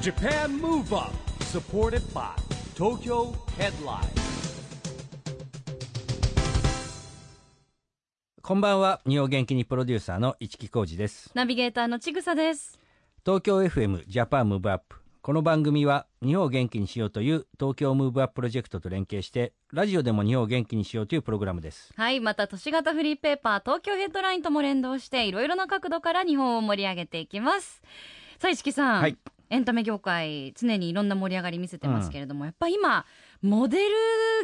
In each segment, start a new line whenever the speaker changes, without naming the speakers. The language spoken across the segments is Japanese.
Japan Move Up supported by Tokyo Headline
こんばんは日本元気にプロデューサーの市木浩司です
ナビゲーターのちぐさです。
東京 FM ジャパンムーブアップこの番組は日本を元気にしようという東京ムーブアッププロジェクトと連携してラジオでも日本を元気にしようというプログラムです
はい、また都市型フリーペーパー、東京ヘッドラインとも連動して、いろいろな角度から日本を盛り上げていきます。さあ、石木さん、
はい
エンタメ業界、常にいろんな盛り上がり見せてますけれども、やっぱ今、モデル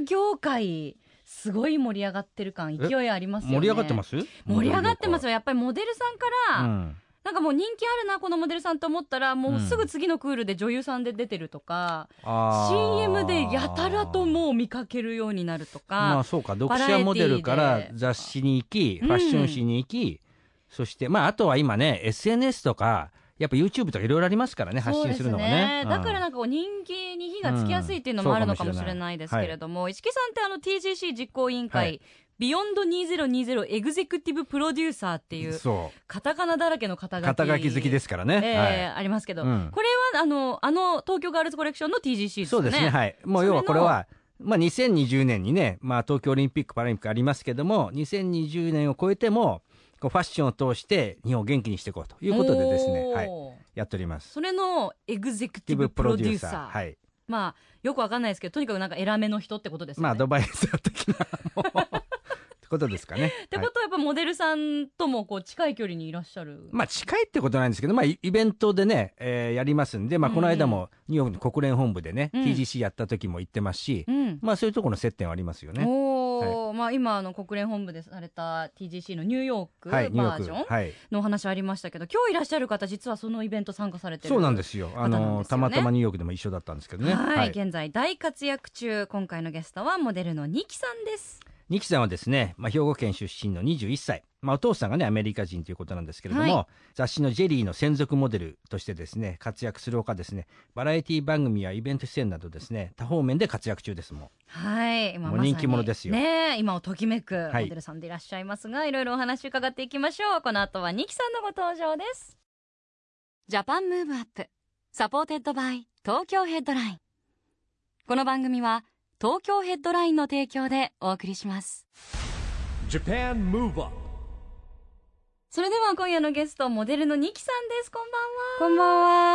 業界、すごい盛り上がってる感、勢いありますよね。。
盛り上がってますす
盛り上がってます
よ、
よ。やっぱりモデルさんか
う
ら、
ん、
なんかもう人気あるな、このモデルさんと思ったら、もううんすぐ次のクールで女優さんで出てるとか、
あー
CM でやたらともう見かけるようになるとか。
まあそうか読者モデルか
バラ
ら
エティで
雑誌に行き
う
ファ
ん
ッション誌に行き、そしてまああとは今ね SNS とかやっぱ YouTube とかいろいろありますからね発
そう
信
です
るのがね
だ
う
から
ん
なんかこう人気に火がつきやすいっていうのもあるのかもしれないですけれども、石木さんってあの TGC 実行委員会、
はい
ビヨンド2020エグゼクティブプロデューサーっていう、
そ
カタカナだらけの肩
う
書き。
肩書き好きですからね、
ええありますけど、
うん
これはあの、あの東京ガールズコレクションの TGC
はい、
です
そ
よ
う
ね。
ですねはいも
そうれの
要はこれはまあ2020年にね、まあ、東京オリンピック・パラリンピックありますけども2020年を超えてもこうファッションを通して日本を元気にしていこうということでですね、
おー
はい、やっております。
それのエグゼクティブプロデューサー。
はい、
まあ、よくわかんないですけど、とにかくなんか偉めの人ってことですよね。
まあドバイス的なもうってことです かね。
って
はい
ことはやっぱモデルさんともこう近い距離にいらっしゃる。
まあ近いってことなんですけど、まあイイベントでね、えーやりますんで、まあこの間もニューヨークの国連本部でね、
うん
TGC やった時も行ってますし、
うん。
まあそういうところの接点はありますよね。
おお、まあ今あの国連本部でされた TGC のニューヨークバ
はい、ニューヨ
ージョ
ー
ン
ク。はい。
のお話ありましたけど、今日いらっしゃる方実はそのイベント参加されてる。。
そうなんですすよ。あ
方なん
の、
ですよね
たまたまニューヨークでも一緒だったんですけどね。
はい、現在大活躍中。今回のゲストはモデルのニキさんです。
ニキさんはですね、まあ、兵庫県出身の21歳、まあ、お父さんがねアメリカ人ということなんですけれども、
は
雑誌の「ジェリー」の専属モデルとしてですね活躍するほかですねバラエティ番組やイベント出演などですね多方面で活躍中ですもん
はい、今
もう
まさに
人気者ですよ
ねえ、今をときめく
はい
モデルさんでいらっしゃいますが、い、ろいろお話伺っていきましょう。この後はニキさんのご登場です。ジャパンムーブアップサポーテッドバイ東京ヘッドライン。この番組は東京ヘッドラインの提供でお送りします。
Japan Move Up
それでは今夜のゲストモデルのニキさんです。こんばんは。
こん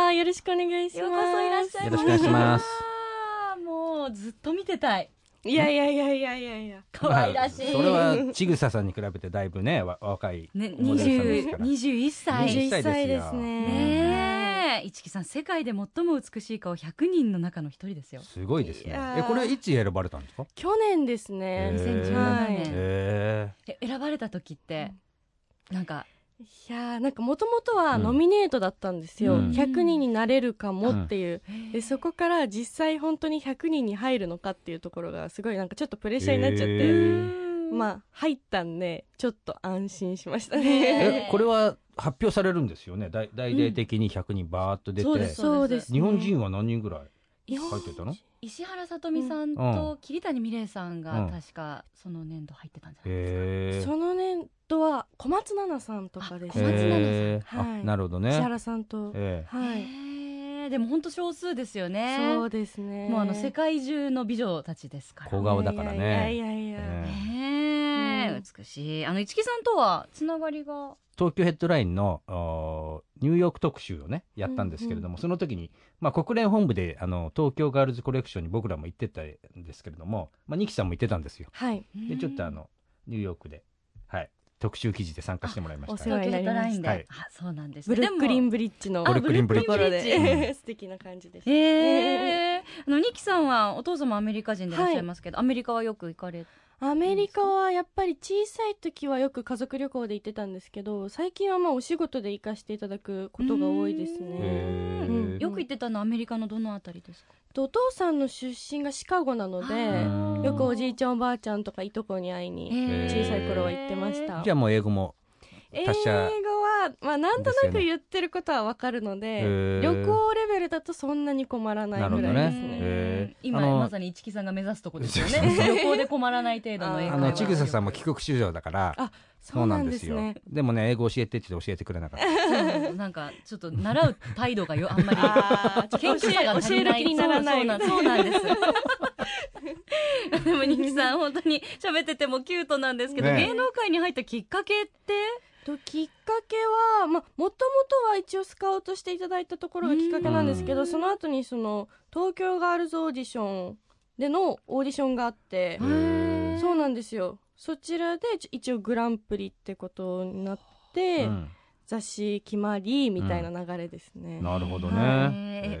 ばんは。よろしくお願いし
よ
ます。
うこそいらっしゃ
よ
いませ。
ろしくお願いします
あー。もうずっと見てたい。
いやいやいやいやいやいや。
可愛らしい。
まあそれはちぐささんに比べてだいぶねわ若い
ね、
モデルさんです
20
から、
21歳。
21歳で
21
すよ
歳ですね。
ねえ、市木さん、世界で最も美しい顔100人の中の一人ですよ。
すごいですね
いやー
えこれいつ選ばれたんですか
去年ですね。
へー
2017
え
年、
へ
え選ばれた時って、なんか、
いやーなんかもともとは
うん
ノミネートだったんですよ、
うん
100人になれるかもっていう、
え
でそこから実際本当に100人に入るのかっていうところがすごいなんかちょっとプレッシャーになっちゃって、
へー
まあ入ったんでちょっと安心しました
え
ね、
ね
えこれは発表されるんですよね大大々的に100人バーっと出て、
そうです
日本人は何人ぐらい
日
入ってたの
石原さとみさん
う
と桐谷美玲さん
う
が
ん
確かその年度入ってたんじゃないですか。
へえ
その年度は小松菜奈さんとかでした
あ小松菜奈
ね、
えー
はい
あなるほど
千
ね。
原さんと、
ええ
はい、
へえでも本当少数ですよね。
そうですね。
もうあの世界中の美女たちですから。
小顔だからね
いやいやいやいや。
え
ねえ
うん
美しい。あの、市木さんとはつながりが。
東京ヘッドラインのおーニューヨーク特集をねやったんですけれども、その時に、まあ、国連本部であの東京ガールズコレクションに僕らも行ってたんですけれども、まあ、ニキさんも行ってたんですよ。
はい。
でちょっとあのニューヨークで、はい、特集記事で参加してもらいま
あお
した
世
ね。
話
東京ヘッドラインで、
はい
あそうなんです
ブ
ね
ル
で
ックリン
も
ブリッジの
ブルックリンブリッ
と
ジ
ころ
う
で素敵な感じでした。
えー、あのニキさんはお父様アメリカ人でいらっしゃいますけど、アメリカはよく行かれ
アメリカはやっぱり小さい時はよく家族旅行で行ってたんですけど、最近はまあお仕事で行かせていただくことが多いです
う
ね。
へ
う
ー
ん
よく行ってたのはアメリカのどのあたりですか、
とお父さんの出身がシカゴなので、
うん
よくおじいちゃんおばあちゃんとかいとこに会いに
ー
小さい頃は行ってました。
じゃあもう英語も達者
英語はは、まあ、なんとなく言ってることはわかるの
へ
で、
ー
旅行レベルだとそんなに困らないぐらいです
なるほどね
ね。
へー
今
あの
まさに市木さんが目指すとこですよね
そう そう
旅行で困らない程度の英会
ー
あ
話
の
わ
ちぐささんも帰国子女だから
あそうなんです
そう
ね。
でもね英語教えてって言って教えてくれなかった
うんなんかちょっと習う態度がよあん まり
あーち
謙
ょっと
虚さが足
教
り
え
な
る
い
気にならないみたいな
そうなんそうなんですでもニキさん本当に喋っててもキュートなんですけど、
ね
芸能界に入ったきっかけって
ときっかけはまあもともとは一応スカウトしていただいたところがきっかけなんですけ
う
ど
ん
その後にその東京ガールズオーディションでのオーディションがあって
へー
そうなんですよそちらでち一応グランプリってことになって、
うん
雑誌決まりみたいな流れですね、
なるほどね、
はい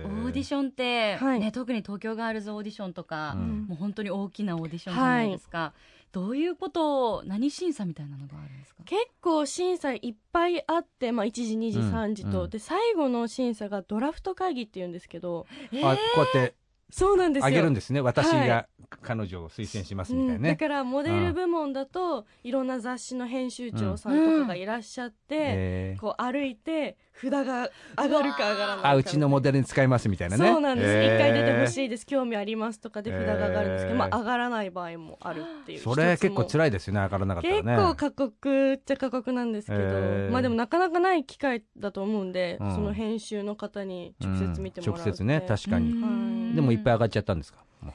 へ
オーディションって、
はい
ね、特に東京ガールズオーディションとか、
うん
もう本当に大きなオーディションじゃないですか、どういうことを何審査みたいなのがあるんですか
結構審査いっぱいあって、まあ、1時2時
うん
3時と、
うん
で最後の審査がドラフト会議っていうんですけど
あこうやって
そうなんですよ
あげるんですね私
は
が彼女を推薦しますみたいな
うんだ
ね、
からモデル部門だといろんな雑誌の編集長さ
うんん
とかがいらっしゃって、
えー
こう歩いて札が上がるか上がらないか
あうちのモデルに使いますみたいなね
そうなんです、
へー
一回出てほしいです興味ありますとかで札が上がるんですけど、
へー
まあ、上がらない場合もあるっていう
それ結構
い
辛いですよね上がらなかったらね
結構過酷っちゃ過酷なんですけど、
へー
まあでもなかなかない機会だと思うんで、
うん
その編集の方に直接見てもらう
うん
っ
直
て、
接ね確かに、
うん
でもいっぱい上がっちゃったんですかもう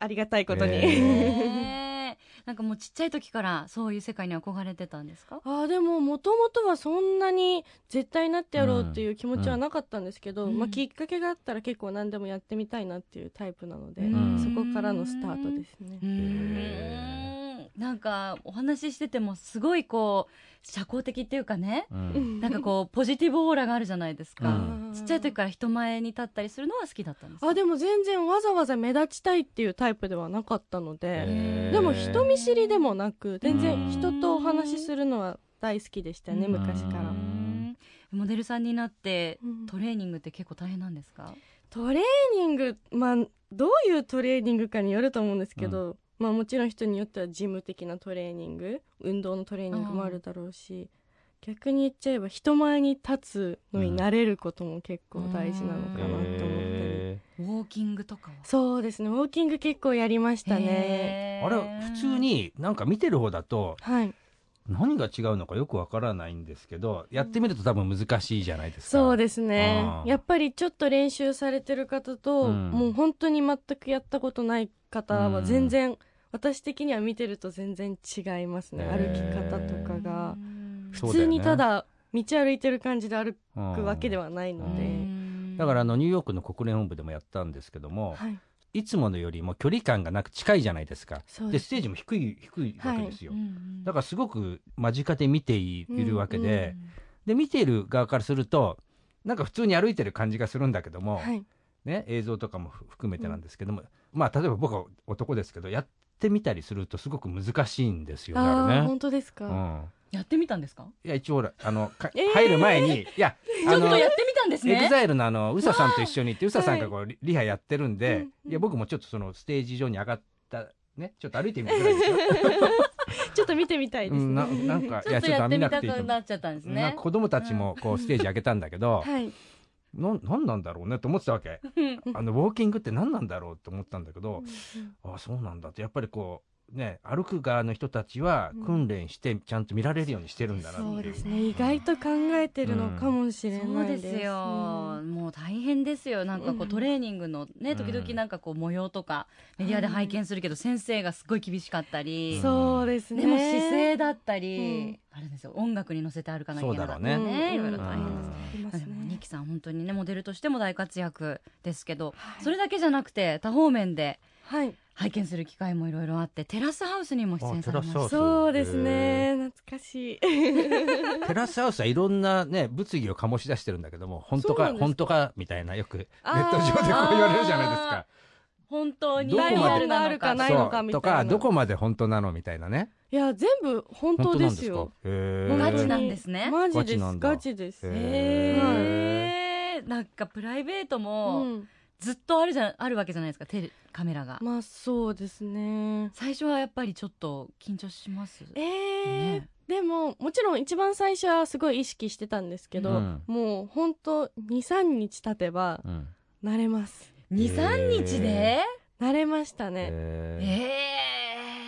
ありがたいことに、
へ
ねえなんかもうちっちゃい時からそういう世界に憧れてたんですか
あーでももともとはそんなに絶対なってやろうっていう気持ちはなかったんですけど、
うん
まあ、きっかけがあったら結構何でもやってみたいなっていうタイプなので、
うん
そこからのスタートですね
う。ーんなんかお話ししててもすごいこう社交的っていうかね
うん
なんかこうポジティブオーラがあるじゃないです
う
か、
ん
ちっちゃい時から人前に立ったりするのは好きだったんですか
あでも全然わざわざ目立ちたいっていうタイプではなかったので、
へー
でも人見知りでもなく全
うん
然人とお話しするのは大好きでしたね
うん
昔から
う。ん
モデルさんになって
うん
トレーニングって結構大変なんですか、
トレーニングまあどういうトレーニングかによると思うんですけど、まあもちろん人によってはジム的なトレーニング運動のトレーニングもあるだろうし、逆に言っちゃえば人前に立つのに慣れることも結構大事なのかなと思ったり、
へ
ウォーキングとかは
そうですねウォーキング結構やりましたね
ー
へー
あれ普通になんか見てる方だと
はい
何が違うのかよくわからないんですけどやってみると多分難しいじゃないですか
そうですね
あー
やっぱりちょっと練習されてる方と、
うん
もう本当に全くやったことない方
う
は
ん
全然、私的には見てると全然違いますね
へ
歩
ー
き方とかが
うん
そう
普
だよね
通にただ道歩いてる感じで歩
うん
くわけではないの
う
で、
うん
だからあのニューヨークの国連本部でもやったんですけども、
はい、
い、つものよりも距離感がなく近いじゃないですか
そう
で
で
ス
す
テージも低い低いわけですよ、
うんうん
だからすごく間近で見ているわけで、
ら
で見ている側からするとなんか普通に歩いてる感じがするんだけども、
はい、
ね、映像とかも含めてなんですけども、まあ例えば僕は男ですけどやってみたりするとすごく難しいんですよね
あ
あ
ー
れね。
本当ですか、
うん
やってみたんですか
いや一応ほらあのか
えー
入る前に、いや
ち
あ
ょっ
の
とや
エ
ってみたんです
グ
ね
ザイルのあの宇佐さんと一緒に行って宇佐さんが
はい
こうリリハやってるんで、
うんうん
いや僕もちょっとそのステージ上に上がったねちょっと歩いてみてください
ちょっと見てみたいで
う
すね、
んななん かい
ちょ
や
っと
ちょっと
や
あ
って
見
み
な
た
く
く
ていいと思う
なっちゃったんです
なん
ね
か子供たちもこうステージ上げたんだけど、
はい
ななんなんだろうねと思ってたわけ
うん
あのウォーキングって何なんだろうと思ったんだけど、
うん
あそうなんだってやっぱりこうね歩く側の人たちは
うん
訓練してちゃんと見られるようにしてるんだな
そう
ってい
で
う。
すね意外と考えてるのかもしれ
そ
な
う
いで、
ですすよ、もう大変ですよなんかこ
う
うんトレーニングの
う
ね
ん
時々なんかこう模様とかメディアで拝見するけど先生がすごい厳しかった
う
り
ん、そうですね
でも姿勢だったり、あれですよ音楽に乗せて歩かなきゃいけなかったり
そうだろう
ね
ね
いろいろ大変です、
うん
いま
あ
す
でも
ね
ニキさん本当にねモデルとしても大活躍ですけど、
はい
それだけじゃなくて多方面で
はい
拝見する機会もいろいろあってテラスハウスにも出演されま
あテラス
した
ハウス
そうですね懐かしい
テラスハウスはいろんなね物議を醸し出してるんだけども本当か
そうなんですか
本当かみたいなよくネ
あー
ット上でこう言われるじゃないですか。
本当に
どこまで
ライバルなの
あ
か
ーないのか
そう
みた
と
いな
かどこまで本当なのみたいなね。
いや全部本当ですよ
本当な
ガ
んで
本当
すか。へー
チ
に
なんですね
マジ
ガチ
で
な
す
んだ
ガチです、
へ
へえなんかプライベート
う
も、
ん、
ずっとあるじゃあるわけじゃないですかテレカメラが、
まあそうですね
最初はやっぱりちょっと緊張します
えー
ね
でももちろん一番最初はすごい意識してたんですけど、
うん
もうほんと23日経てば
うん
慣れます
23日で
慣れましたね、
え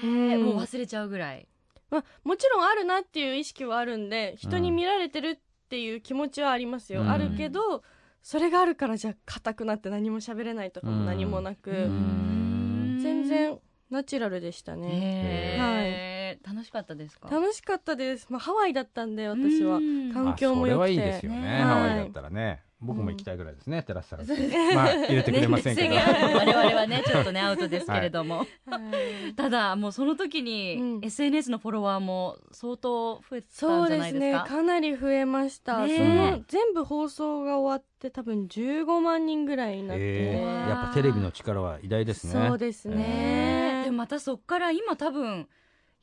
ー
ええ
うん
もう忘れちゃうぐらい
まあ、もちろんあるなっていう意識はあるんで人に見られてるっていう気持ちはありますよ、
うん
あるけどそれがあるからじゃあ硬くなって何も喋れないとか
う
も
ん
何もなく、
ん
全然ナチュラルでしたね、
ええ楽しかったですか
楽しかったです、まあ、ハワイだったんで私は
うん
環境も良くて
あそれはいいですよね、
ね
ハワイだったらね僕も行きたいぐらいですね、テラスさん
そうです
まあ入れてくれません けど、
ね我々はねちょっとねアウトですけれども、
はい
ただもうその時
う
に
ん
SNS のフォロワーも相当増えた
そ
ん
う
じゃ
で
な
す
いです
ね
か
かなり増えました、
ねえ
その全部放送が終わって多分15万人ぐらいになって、
え
う
ー
わ
やっぱテレビの力は偉大ですね
そうですね、
でもまたそっから今多分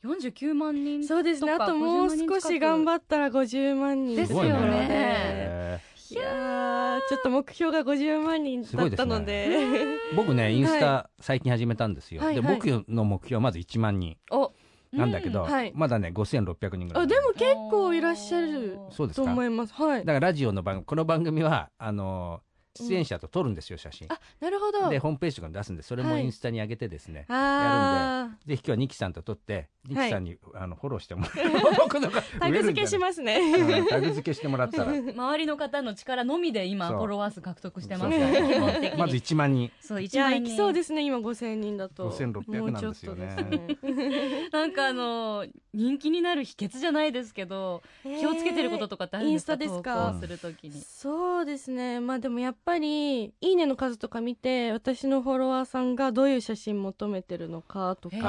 49万人
そうですね
と
あ
か
ともう少し頑張ったら50万人
ですよね
すごいね
ね
え
いやーちょっと目標が50万人だったので
ー僕ねインスタ最近始めたんですよ、
はい
で
はい
僕の目標はまず1万人
お
なんだけど、
う
はい
まだね5600人ぐらい
あでも結構いらっしゃる
そうです
と
か
思いますはい
だからラジオの番この番組はあのー出演者と撮るんですよ写真、
あなるほど
でホームページとかに出すんでそれも
はい
インスタに上げてですね、
あー
ぜひ今日はニキさんと撮ってニキさんに、あのフォロー してもらって僕のが
タグ付けし
ま
ま す
う
ね
んタグ付けしてもらったら
周りの方の力のみで今
そう
フォロワー数獲得してま
そう
すね基
そう
本的に
まず1万人
そう
じ
一
ゃあ
番
行きそう
す
ですね今5000人だと
5600なんですよね
もうちょっとですね
なんかあの人気になる秘訣じゃないですけど 気をつけてることとかってあるんですか
インスタですか
投稿するときに
そうですねまあでもやっぱり「いいね」の数とか見て私のフォロワーさんがどういう写真求めてるのかと
へー
かや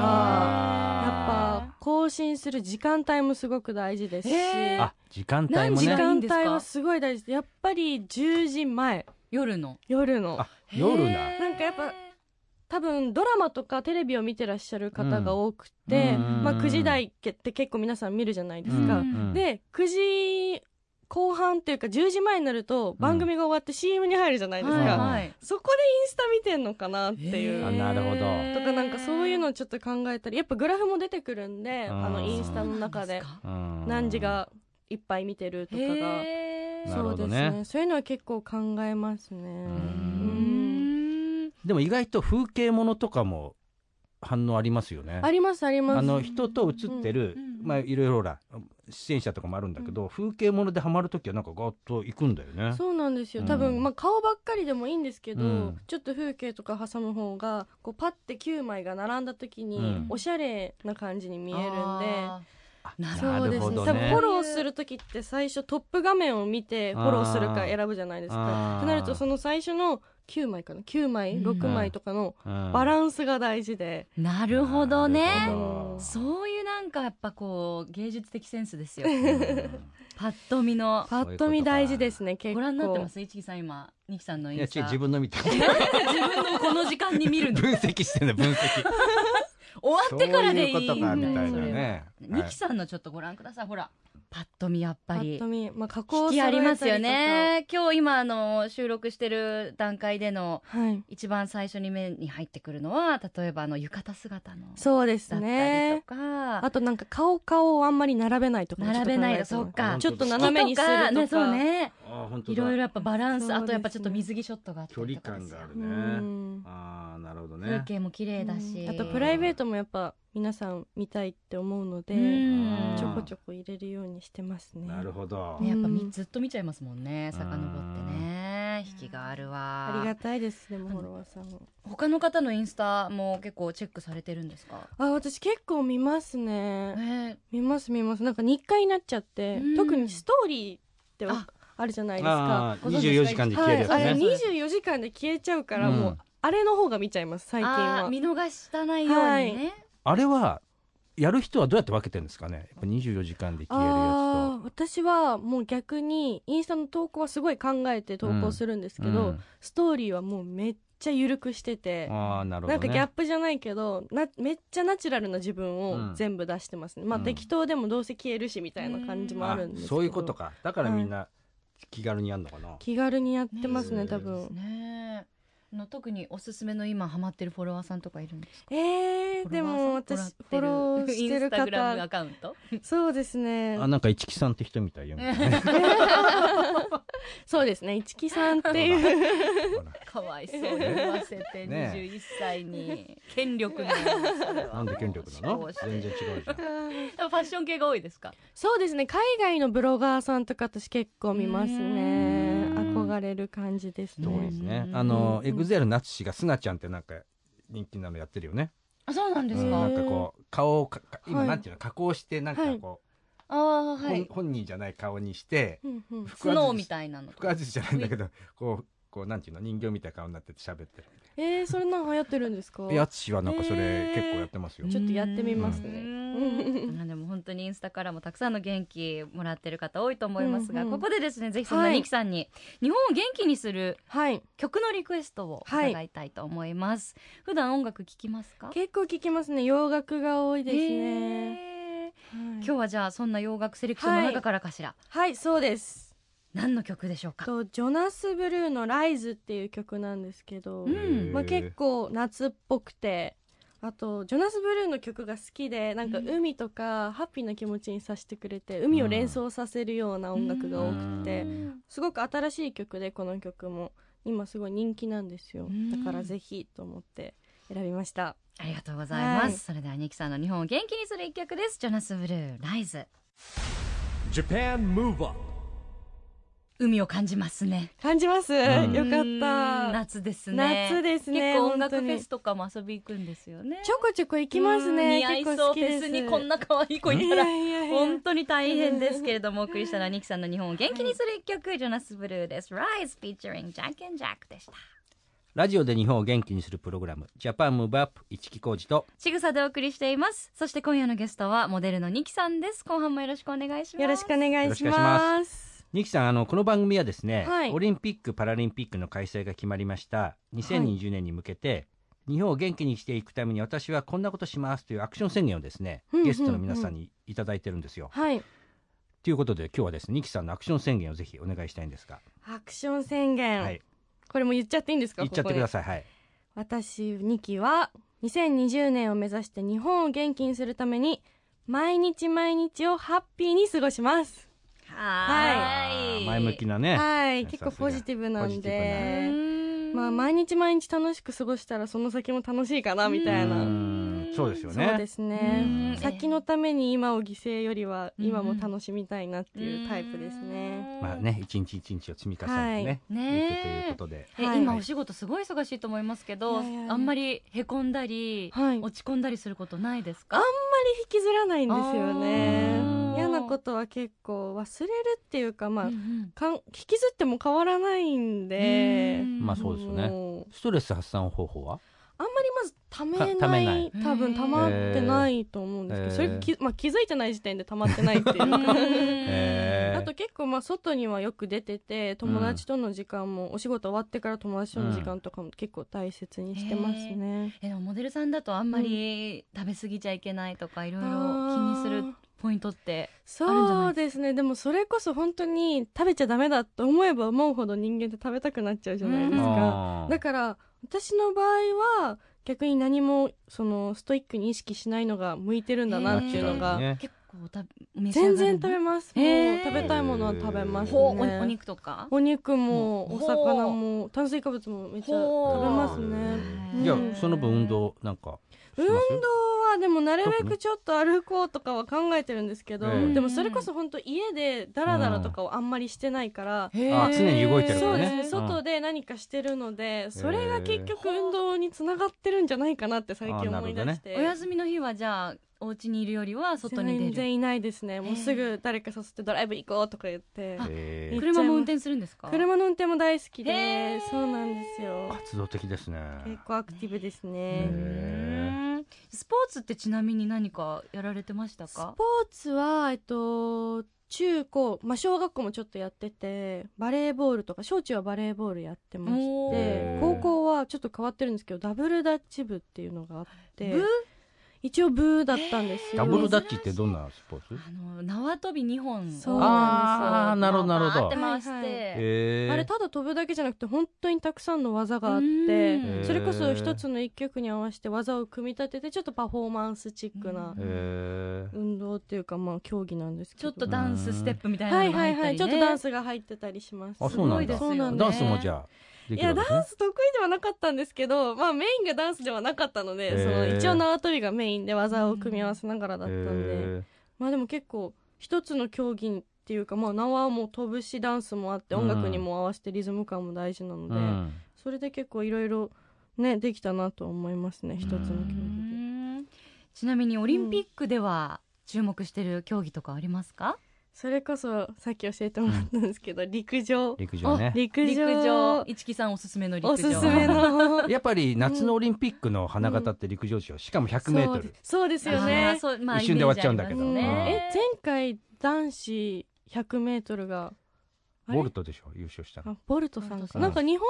あ
っぱ更新する時間帯もすごく大事ですし、
へー
あ時間帯も
何時
時
ね
間
間帯はすごい大事ですやっぱり10時前
夜の
夜の
あ夜な
へー
なんかやっぱ多分ドラマとかテレビを見てらっしゃる方が多くて、
うん
まあ、9時台って結構皆さん見るじゃないですか、
うん
で9時後半っていうか10時前になると番組が終わって CM に入るじゃないですか、
うん
はいはい
そこでインスタ見てんのかなっていう、
あなるほど
とかなんかそういうのをちょっと考えたりやっぱグラフも出てくるんで、
うん
あのインスタの中で
うん
何時がいっぱい見てるとかが。
ーなる
そ
ほ
うで
ど
す
ね
ね。そういうのは結構考えますね。うん
ん
でも意外と風景ものとかも反応ありますよね
ありますあります。
あの人と写ってる、
うん
まあいろいろほら出演者とかもあるんだけど、風景ものでハマるときはなんかガッと行くんだよね
そうなんですよ。
うん
多分、まあ顔ばっかりでもいいんですけど、
うん
ちょっと風景とか挟む方がこうパッて9枚が並んだ時に、
うん
おしゃれな感じに見えるんで。
あ
あ
な
そ
な
う
る
で
ほ
すね
ど
多分フォ
ね
ローする時って最初トップ画面を見てフォローするか選ぶじゃないです
あー
か。となるとその最初の9枚かな9枚
うん
6枚とかのバ
バ
ランスが大事で、
ーなるほ
な
ど
る
ね
ほど
そういうなんかやっぱこう芸術的センスです よ
うん
パッと見の
パッと見大事ですね結
ご
構
覧になってます一木さん今二木さんのイ
い
ン
や
ス
違う
タ
自分の見て
自分のこの時間に見 るの
分析して んだ分析
終わってからでいい
そういうことかみたい
そ
な
れは
ね
ニキさんのちょっとご覧くださいほらパッと見やっぱ
ぱ
り
っと見、まあ、加工
引
さ
きあ
れ
りますよ
たり
ね今日今あの収録してる段階での
とか。はい。
一番最初に目に入ってくるのは例えばあの浴衣姿の
そうです
だったり
ね
と。か、
あとなんか顔顔をあんまり並べないとかもちょっ
並
と考え
べ
てます。
ないとそっか
ちょっと斜めにするとか。
ねそうね
あ本当
い
だ
ろいろやっぱバランス、
そうですね
あとやっぱちょっと水着ショットがあった
距
り
離
と
感
かですよ
がある
う
ね
ん。
ああなるほど
風
ね
景も綺麗だし、
うんあとプライベートもやっぱ皆さん見たいって思うので、
うん
ちょこちょこ入れるようにしてますね。
なるほど
ね、やっぱみ
うん
ずっと見ちゃいますもんね遡ってね引きがあるわ
ありがたいですでもフォロワーさんも。
他の方のインスタも結構チェックされてるんですか、
あ私結構見ます
え
ね。
ー、
見ます見ます。なんか日課になっちゃって、
うん
特にストーリーって
あ
あるじゃないですか。
ああ24時間で消える
はい、あれ
やつね
24時間で消えちゃうから、もう
うん
あれの方が見ちゃいます最近
あー
は
見逃したないようにね、
あれはやる人はどうやって分けてるんですかねやっぱ24時間で消えるや
あー私はもう逆にインスタの投稿はすごい考えて投稿するんで
つ
す
と
けど、ストーリーはもうめっちゃ緩くしてて
うん、ああなるほ
な
ど
んか
ね
ギャップじゃないけどなめっちゃナチュラルな自分
うん
を全部出してますね、まあ
うん
適当でもどうせ消えるしみたいな感じもあるんですけど
そういうことかだからみんな気軽にやるのかな、
気軽にやってます
ね
ね多
そうです
分
ねあの特におすすめの今ハマってるフォロワーさんとかいるんですかフォロワー
えー
さん
でも私フォローしてる
インスタグラムア
方
カウン ト
そうですね
あなんか市木さんって人みた いよみたいな
そうですね一木さんっていう
ほら
かわいそう言わせ て
ねえ
21歳に 権力になるそれは
なんで権力なの全然違うじゃん
でもファッション系が多いですか
そうですね海外のブロガーさんとか私結構見ますね
うん
憧れる感じです
そうで
ね
すね
う。ん
あの、エグゼルナツシがスナちゃんってなんか人気なのやってるよね。
あそうなん
うんなんかこう、顔をか、か今
はい
なんていうの、加工してなんかこ
ああ
う、
は
ほん
い
本人じゃない顔にして、
うんうん
腹
スノー
話
みたいなの
腹話術じゃないんだけど、こう、こうなんていうの、人形みたいな顔になってて喋ってる。
えー、それなんか流行ってるんですか
で、ナツシはなんかそれ
へー
結構やってますよ。
ちょっとやってみますね
うんあでも本当にインスタからもたくさんの元気もらってる方多いと思いますが、
うんうん
ここでですねぜひそんな
はい
ニキさんに、日本を元気にする
はい
曲のリクエストを
はい
伺いたいと思います、普段音楽聴きますか
結構聞きますね洋楽が多いです
ね
ね、はい
今日はじゃあそんな洋楽セレクションの中からかしら、
はいそうです
何の曲でしょうか
とジョナス・ブルーの「ライズっていう曲なんですけど、
うん
へー
まあ、結構夏っぽくてあとジョナス・ブルーの曲が好きでなんか
うん
海とかハッピーな気持ちにさせてくれて海を連想させるような音楽が多くて、
うん
すごく新しい曲でこの曲も今すごい人気なんですよ、
うん
だからぜひと思って選びました
ありがとうございます、
はい
それではニキさんの日本を元気にする一曲ですジョナス・ブルーライズ
Japan Move Up
海を感じますね
感じます、
ん
よかっ
うん
た
夏ですね
夏ですね
結構音楽
本
フ
当に
ェスとかも遊び行くんですよね
ちょこちょこ行きますね
うん似合い
結
そ
構
うフ
好きで
ェ
す
スにこんな可愛い子いたら
いやいやいや
本当に大変ですけれどもお送りしたのはニキさんの日本を元気にする一曲、ジョナス・ブルーです Rise featuring Jack and Jack でした
ラジオで日本を元気にするプログラム、ジャパンムーブアップ一木工事と、
ちぐさでお送りしていますそして今夜のゲストはモデルのニキさんです後半もよろしくお願いします
よろしくお願いし
よろしくお願
ます。
ニキさん、あの、この番組はですね、
はい
オリンピック・パラリンピックの開催が決まりました2020年に向けて、日本を元気にしていくために私はこんなことしますというアクション宣言をですね、
うんうんうん
ゲストの皆さんにいただいてるんですよ。
はい。
ということで今日はですね、ニキさんのアクション宣言をぜひお願いしたいんですが、
アクション宣言。
はい、
これも言っちゃっていいんですか
言っちゃってくだ
い。
さい。はい。
私、2期は、2020年を目指して日本を元気にするために、毎日毎日をハッピーに過ごします。
はー
あー
い
前向きなね。
はい。
さすが
結構ポジティブな
ポ
ん
ジテ
で、まあ、
ま
毎日毎日楽しく過ごしたら、その先も楽しいかな、みたいうな。
んそうですよね。
そうで
う
す
ん
ね。先のために今を犠牲よりは、
うん
今も楽しみたいなっていうタイプですね。
まあね、一日一日を積み重ねてね、
はい
いくということで。
え
はい
今お仕事すごい忙しいと思いますけど、
いやいやいや
あんまりへこんだり、
はい。
落ち込んだりすることないですか
あ引きずらないんですよ
あ
ね
ー
嫌なことは結構忘れるっていうかまあ、
うんうん
かん引きずっても変わらないんで
うん
まあそうですよね
もう
ストレス発散方法は
あんまりまずため
かため
な
ないい
多分たまってないと思うんですけど、それき、まあ、気づいてない時点でたまってないっていうか
えー
あと結構まあ外にはよく出てて友達との時間も、お仕事終わってから友達との時間とかも結構大切にしてますね。
えでもモデルさんだとあんまり食べ過ぎちゃいけないとかいろいろ気にす
あ
る
ー
ポイントってるんじゃな
そ
いう
ですねでもそれこそ本当に食べちゃダメだと思えば思うほど人間って食べたくなっちゃうじゃないですか、
あー
だから私の場合は逆に何もそのストイックに意識しないのが向いてるんだなっていう
ナチュラ
の
ルに
が
ね
結構おたお召し上がる
全然食べますも
へ
う
ー
食べたいものは食べます
ほうおお
ね
肉とか
お肉も
ほう
お魚も炭水化物もめっちゃ食べますね
うん
じゃあその分運動なんかします
運動はでもなるべ
特
く
に
ちょっと歩こうとかは考えてるんですけど、
ええ
でもそれこそ本当家でダラダラとかをあんまりしてないから、
あ常に動いてるか
そ
ら
う
ね
ですね、
うん
外で何かしてるのでそれが結局運動につながってるんじゃないかなって最近思い出して、
お休みの日はじゃあお家にいるよりは外に出
全
る
然いないですねもう
へえ
すぐ誰か誘ってドライブ行こうとか言って
あ
え
行っ
ー
ちゃいます
車も運転するんですか
車の運転も大好き
へ
で
え
そうなんですよ
活動的ですね
結構アクティブです
う
ね、
へ
んスポーツってちなみに何かやられてました
スポー
か
ツはえっと中高、まあ、小学校もちょっとやっててバレーボールとか小中はバレーボールやってまし
お
て
ー
高校はちょっと変わってるんですけどダブルダッチ部っていうのがあって
部
一応ブーだったんです
えー
よ、
ダブルダッチってどんなスポーツ
あの縄跳び2本
そう
あーなるほどなるほど
バーって回して、
はいはい
えー、
あれただ飛ぶだけじゃなくて本当にたくさんの技があっ
う
て
ん
それこそ一つの一曲に合わせて技を組み立ててちょっとパフォーマンスチックな
うん
えー
運動っていうかまあ競技なんですけ
ちょ
ど
っとダンスステップみたいな
は
の
い
が
は
入
い
った
は
り、ね、
いちょっとダンスが入ってたりします
あ
す
そうな
ご
ん
い
だ
です
そうな
よ
ん
ね
だ
ダンスもじゃあで
い
きる
や
わけ
ダンス得意ではなかったんですけど、まあ、メインがダンスではなかったので、
へー
その一応縄跳びがメインで技を組み合わせながらだったんで、
え
まあでも結構一つの競技っていうか、まあ、縄も飛ぶしダンスもあって
うん
音楽にも合わせてリズム感も大事なの
ー
で、
うん
それで結構いろいろねできたなと思いますね一つの競
う
技で。
んちなみにオリンピックでは注目してる競技とかありますか、
それこそさっき教えてもらったんですけど陸上
陸上ね
陸
陸
上
上一木さんおすすめの陸上
おすすめの
やっぱり夏のオリンピックの花形って陸上でしょしかも 100m、
そうそうですよ
あ
ね
ー。そうま
一瞬で終わっちゃうんだけど
イ
うん
メージあり
え
ますね
前回男子100メートルがあれ
ボルトでしょ優勝したの
あボルトさん
ボルトさ
か
ん
なんか日本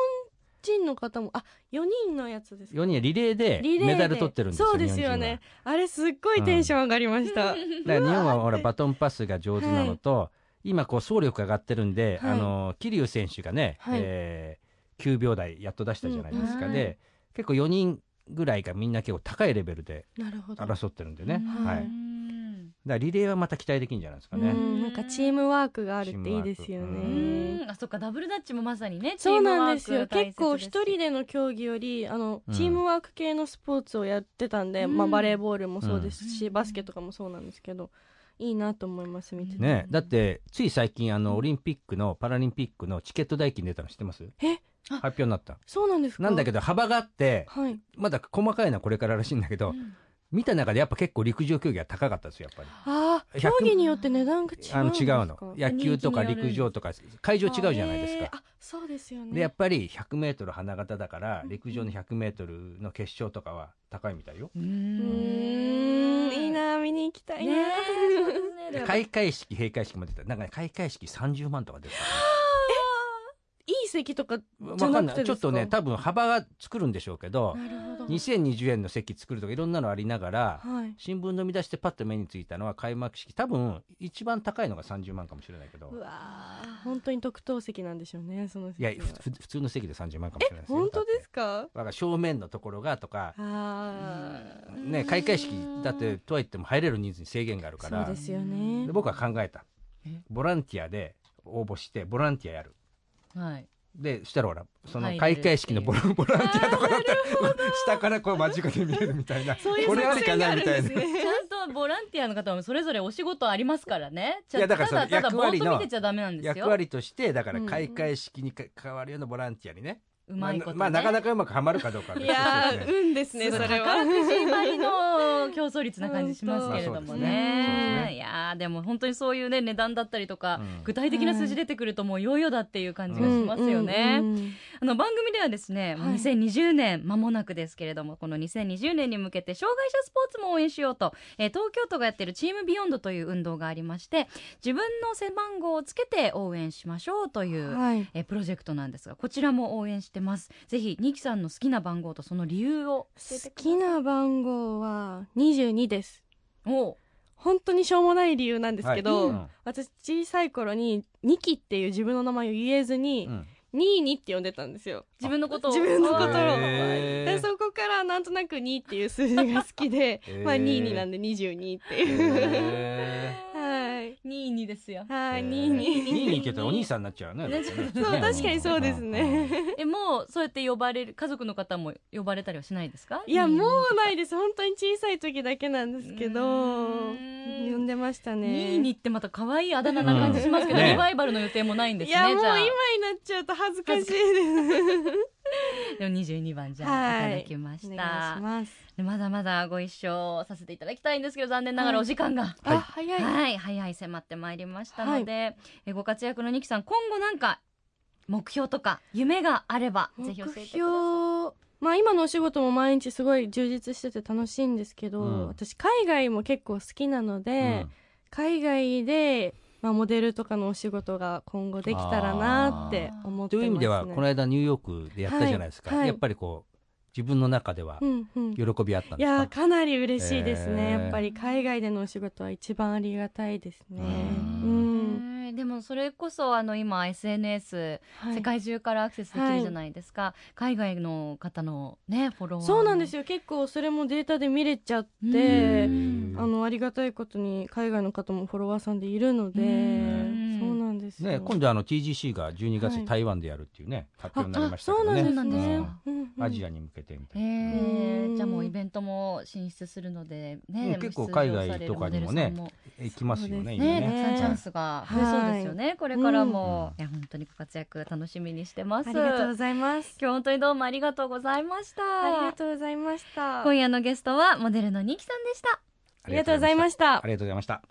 人の方もあ4人のやつですか
4人はリレーで
リレー
メダル取ってるんですよ
そうですよねあれすっごいテンション上がりまし た、
日本人はだから日本はほらバトンパスが上手なのと、今こう走力上がってるんで、
はい
あの桐生選手がね、
はい
えー9秒台やっと出したじゃないですか、
うんは
で結構4人ぐらいがみんな結構高いレベルで
なるほど
争ってるんでね、
うん
はい、だからリレーはまた期待できるんじゃないですかね、
うんなんかチームワークがあるっていいですよ
う
ね
ん
んあそっかダブルダッチもまさにね
そうなんですよ
チームワークが大切
結構一人での競技よりあの
うん
チームワーク系のスポーツをやってたんで、
うん
まあ、バレーボールもそうですし、
うん
バスケとかもそうなんですけどいいなと思います見てて、
ね、だってつい最近あ
うん
のオリンピックのパラリンピックのチケット代金出たの知ってます
え
あ
発表になった
そうなんですか
なんだけど幅があって
はい
まだ細かいのはこれかららしいんだけど、
うん
見た中でやっぱ結構陸上競技は高かったですよやっぱり
ああ
100
競技によって値段が違うんですか
あの違うの
や
野球とか
人気による
陸上とか会場違うじゃないです
えー
か
あそうですよね
でやっぱり 100m 花形だから
うん
陸上の 100m の決勝とかは高いみたいよ
う
う
ー
ー
ん
んいいな見に行きたいな、
ねえそうですね
で
で も
開会式閉会式も出たなんかね開会式30万とか出た
いい席とか
わ
じゃ
か
なんく
ない
て
ちょ
で
っ
すか
とね多分幅が作るんでしょうけど
なるほど
2020円の席作るとかいろんなのありながら
はい
新聞の見出しでパッと目についたのは開幕式多分一番高いのが30万かもしれないけど
うわー本当に特等席なんでしょうねその
い
席
や
は
ふふ普通の席で30万かもしれないですよ
本当で
だって
すか
だから正面のところがとか、
あー
ね、開会式だってとは言っても入れる人数に制限があるか
そう
ら
ですよね
で僕は考えた
え
ボランティアで応募してボランティアやる
はい
でしたらほらそ
入
の
れるってい
開
う
会式のボラボランティアとかだ ったら下からこう間近で見えるみたいな
そういう
これありかなみたい
作
な。
戦があるんですね
ちゃんとボランティアの方もそれぞれお仕事ありますからねちゃ
いやだからその
ただただ
役
ぼー
割
っ
の
と見てちゃダメなんですよ
役割としてだから
うん
開会式にか関わるようなボランティアにね、
うまいことね、
まあ、なかなかうまくはまるかどうかは別
い
と
や
して
ー 運ですねそれは
宝くじばりの競争率な感じしますけれども
まあ
ね,、
そうです
ね
ね
いやーでも本当にそういうね値段だったりとか、
うん
具体的な数字出てくるともういよいよだっていう感じがしますよね。
うんうんうん
あの番組ではですね、もう
はい
2020年間もなくですけれどもこの2020年に向けて障害者スポーツも応援しようと、えー東京都がやってるチームビヨンドという運動がありまして自分の背番号をつけて応援しましょうという、
はい
えープロジェクトなんですがこちらも応援してますぜひニキさんの好きな番号とその理由を教えてく
好
だ
きな番号は22です
さいおう
本当にしょうもない理由なんですけど、
はいうん
私小さい頃にニキっていう自分の名前を言えずに、
うん
ニーニって呼んでたんですよ
自分のことを
自分のことを
へー
でそこからなんとなく2っていう数字が好きで
へー
まあ22なんで22っていう
へ
はい
2位にですよ
ー
はい
二 位に行けたらお兄
22
さんになっちゃうね。だ
ね
ってね
そう
ね
確かにそうですね
えもうそうやって呼ばれる家族の方も呼ばれたりはしないですか
いや
二位に
もうないです本当に小さい時だけなんですけど
う
呼
ーん
んでました
2
ね
位にってまた可愛いあだ名な感じしますけど、
うんね
リバイバルの予定もないんです
い
ね
やもう今
じゃあ
になっちゃうと恥ずかしいです
でも22番じゃあ、
はい
い、ただきまし
お
た
願いします
でまだまだご一緒させていただきたいんですけど残念ながら
はい
お時間が、
あ早い
はい、早い迫ってまいりましたので、えご活躍のニキさん今後なんか目標とか夢があればぜ
目
ひ教えてください
標まあ今のお仕事も毎日すごい充実してて楽しいんですけど、
うん
私海外も結構好きなの
うん
で、海外で、まあ、モデルとかのお仕事が今後できたらなって思ってます、ね、
という意味ではこの間ニューヨークでやったじゃないですか、
はいはい
やっぱりこう自分の中では
うんうん
喜びあったんで
い
す
や
か、
ーかなり嬉しいですね、
えー
やっぱり海外でのお仕事は一番ありがたいですね
う
うんん、
へーでもそれこそあの今 SNS
はい
世界中からアクセスできるじゃないですか、海外の方のねフォロワー
そうなんです
よ
よ結構それもデータで見れちゃっ
う
て
ん
あのありがたいことに海外の方もフォロワーさんでいるので
うん
そうなんですよ、
ね、今度あの TGC が12月
は
に
い
台湾でやるっていうね、発表になりましたけ
そう
ど
なん
ね
そ
です
うなんです
ね
よ、
うんうん
アジアに向けてみた
へ
いな、うん
え
うん
じゃあもうイベントも進出するので
うん
ね、もう
結構
出場さ
海外
れる
とかにもね
モデルさん
行きますよね
そうです
今
ね
ね
たくさんチャンスが増えそうですよね、これからも、
う
いや本当にご活躍楽しみにしてます
ありがとうございます
今日本当にどうもありがとうございました
ありがとうございました
今夜のゲストはモデルのニキさんでした
ありがとうございました
ありがとうございました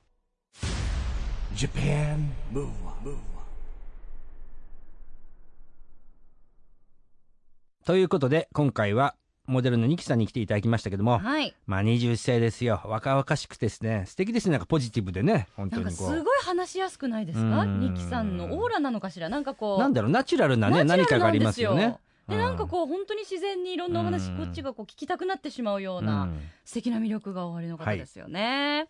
Japan Move Up
ということで今回はモデルのニキさんに来ていただきましたけども、
はい
まあ21歳ですよ若々しくてですね素敵ですねなんかポジティブでね本
な
当
んか
に
す
こう
ごい話しやすくないですか
うん
ニキさんのオーラなのかしらなんかこう
なんだろうナチュラルなね
ナチ
何
ュラ
か
ル
が
な
あ
ん
り
で
ますす
よ
よね
でなんかこう本当に自然にいろんなお話
うん
こっちがこう聞きたくなってしまうような素敵な魅力がおありの方ですよね、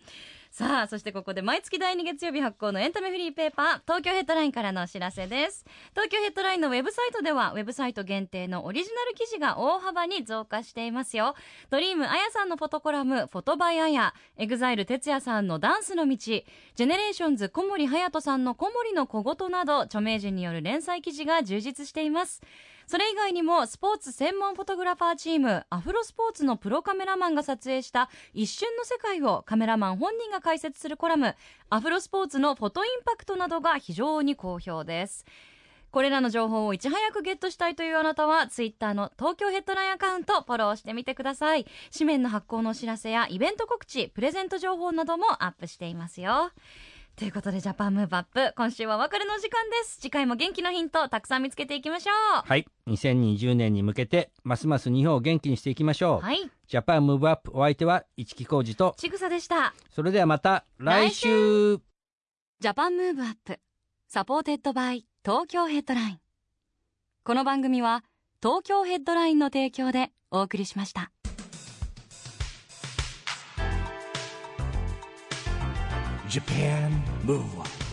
さあそしてここで毎月第2月曜日発行のエンタメフリーペーパー東京ヘッドラインからのお知らせです東京ヘッドラインのウェブサイトではウェブサイト限定のオリジナル記事が大幅に増加していますよドリームあやさんのフォトコラム「フォトバイあや」エグザイル哲也さんの「ダンスの道」ジェネレーションズ小森隼人さんの「小森の小言」など著名人による連載記事が充実していますそれ以外にもスポーツ専門フォトグラファーチームアフロスポーツのプロカメラマンが撮影した一瞬の世界をカメラマン本人が解説するコラムアフロスポーツのフォトインパクトなどが非常に好評ですこれらの情報をいち早くゲットしたいというあなたはツイッターの東京ヘッドラインアカウントをフォローしてみてください紙面の発行のお知らせやイベント告知プレゼント情報などもアップしていますよということでジャパンムーブアップ今週はお別れの時間です次回も元気のヒントたくさん見つけていきましょう
はい2020年に向けてますます日本を元気にしていきましょう、
はい、
ジャパンムーブアップお相手は市木浩二と
ちぐさでした。
それではまた来週
ジャパンムーブアップ、サポーテッドバイ東京ヘッドライン。この番組は東京ヘッドラインの提供でお送りしました。
Japan Move Up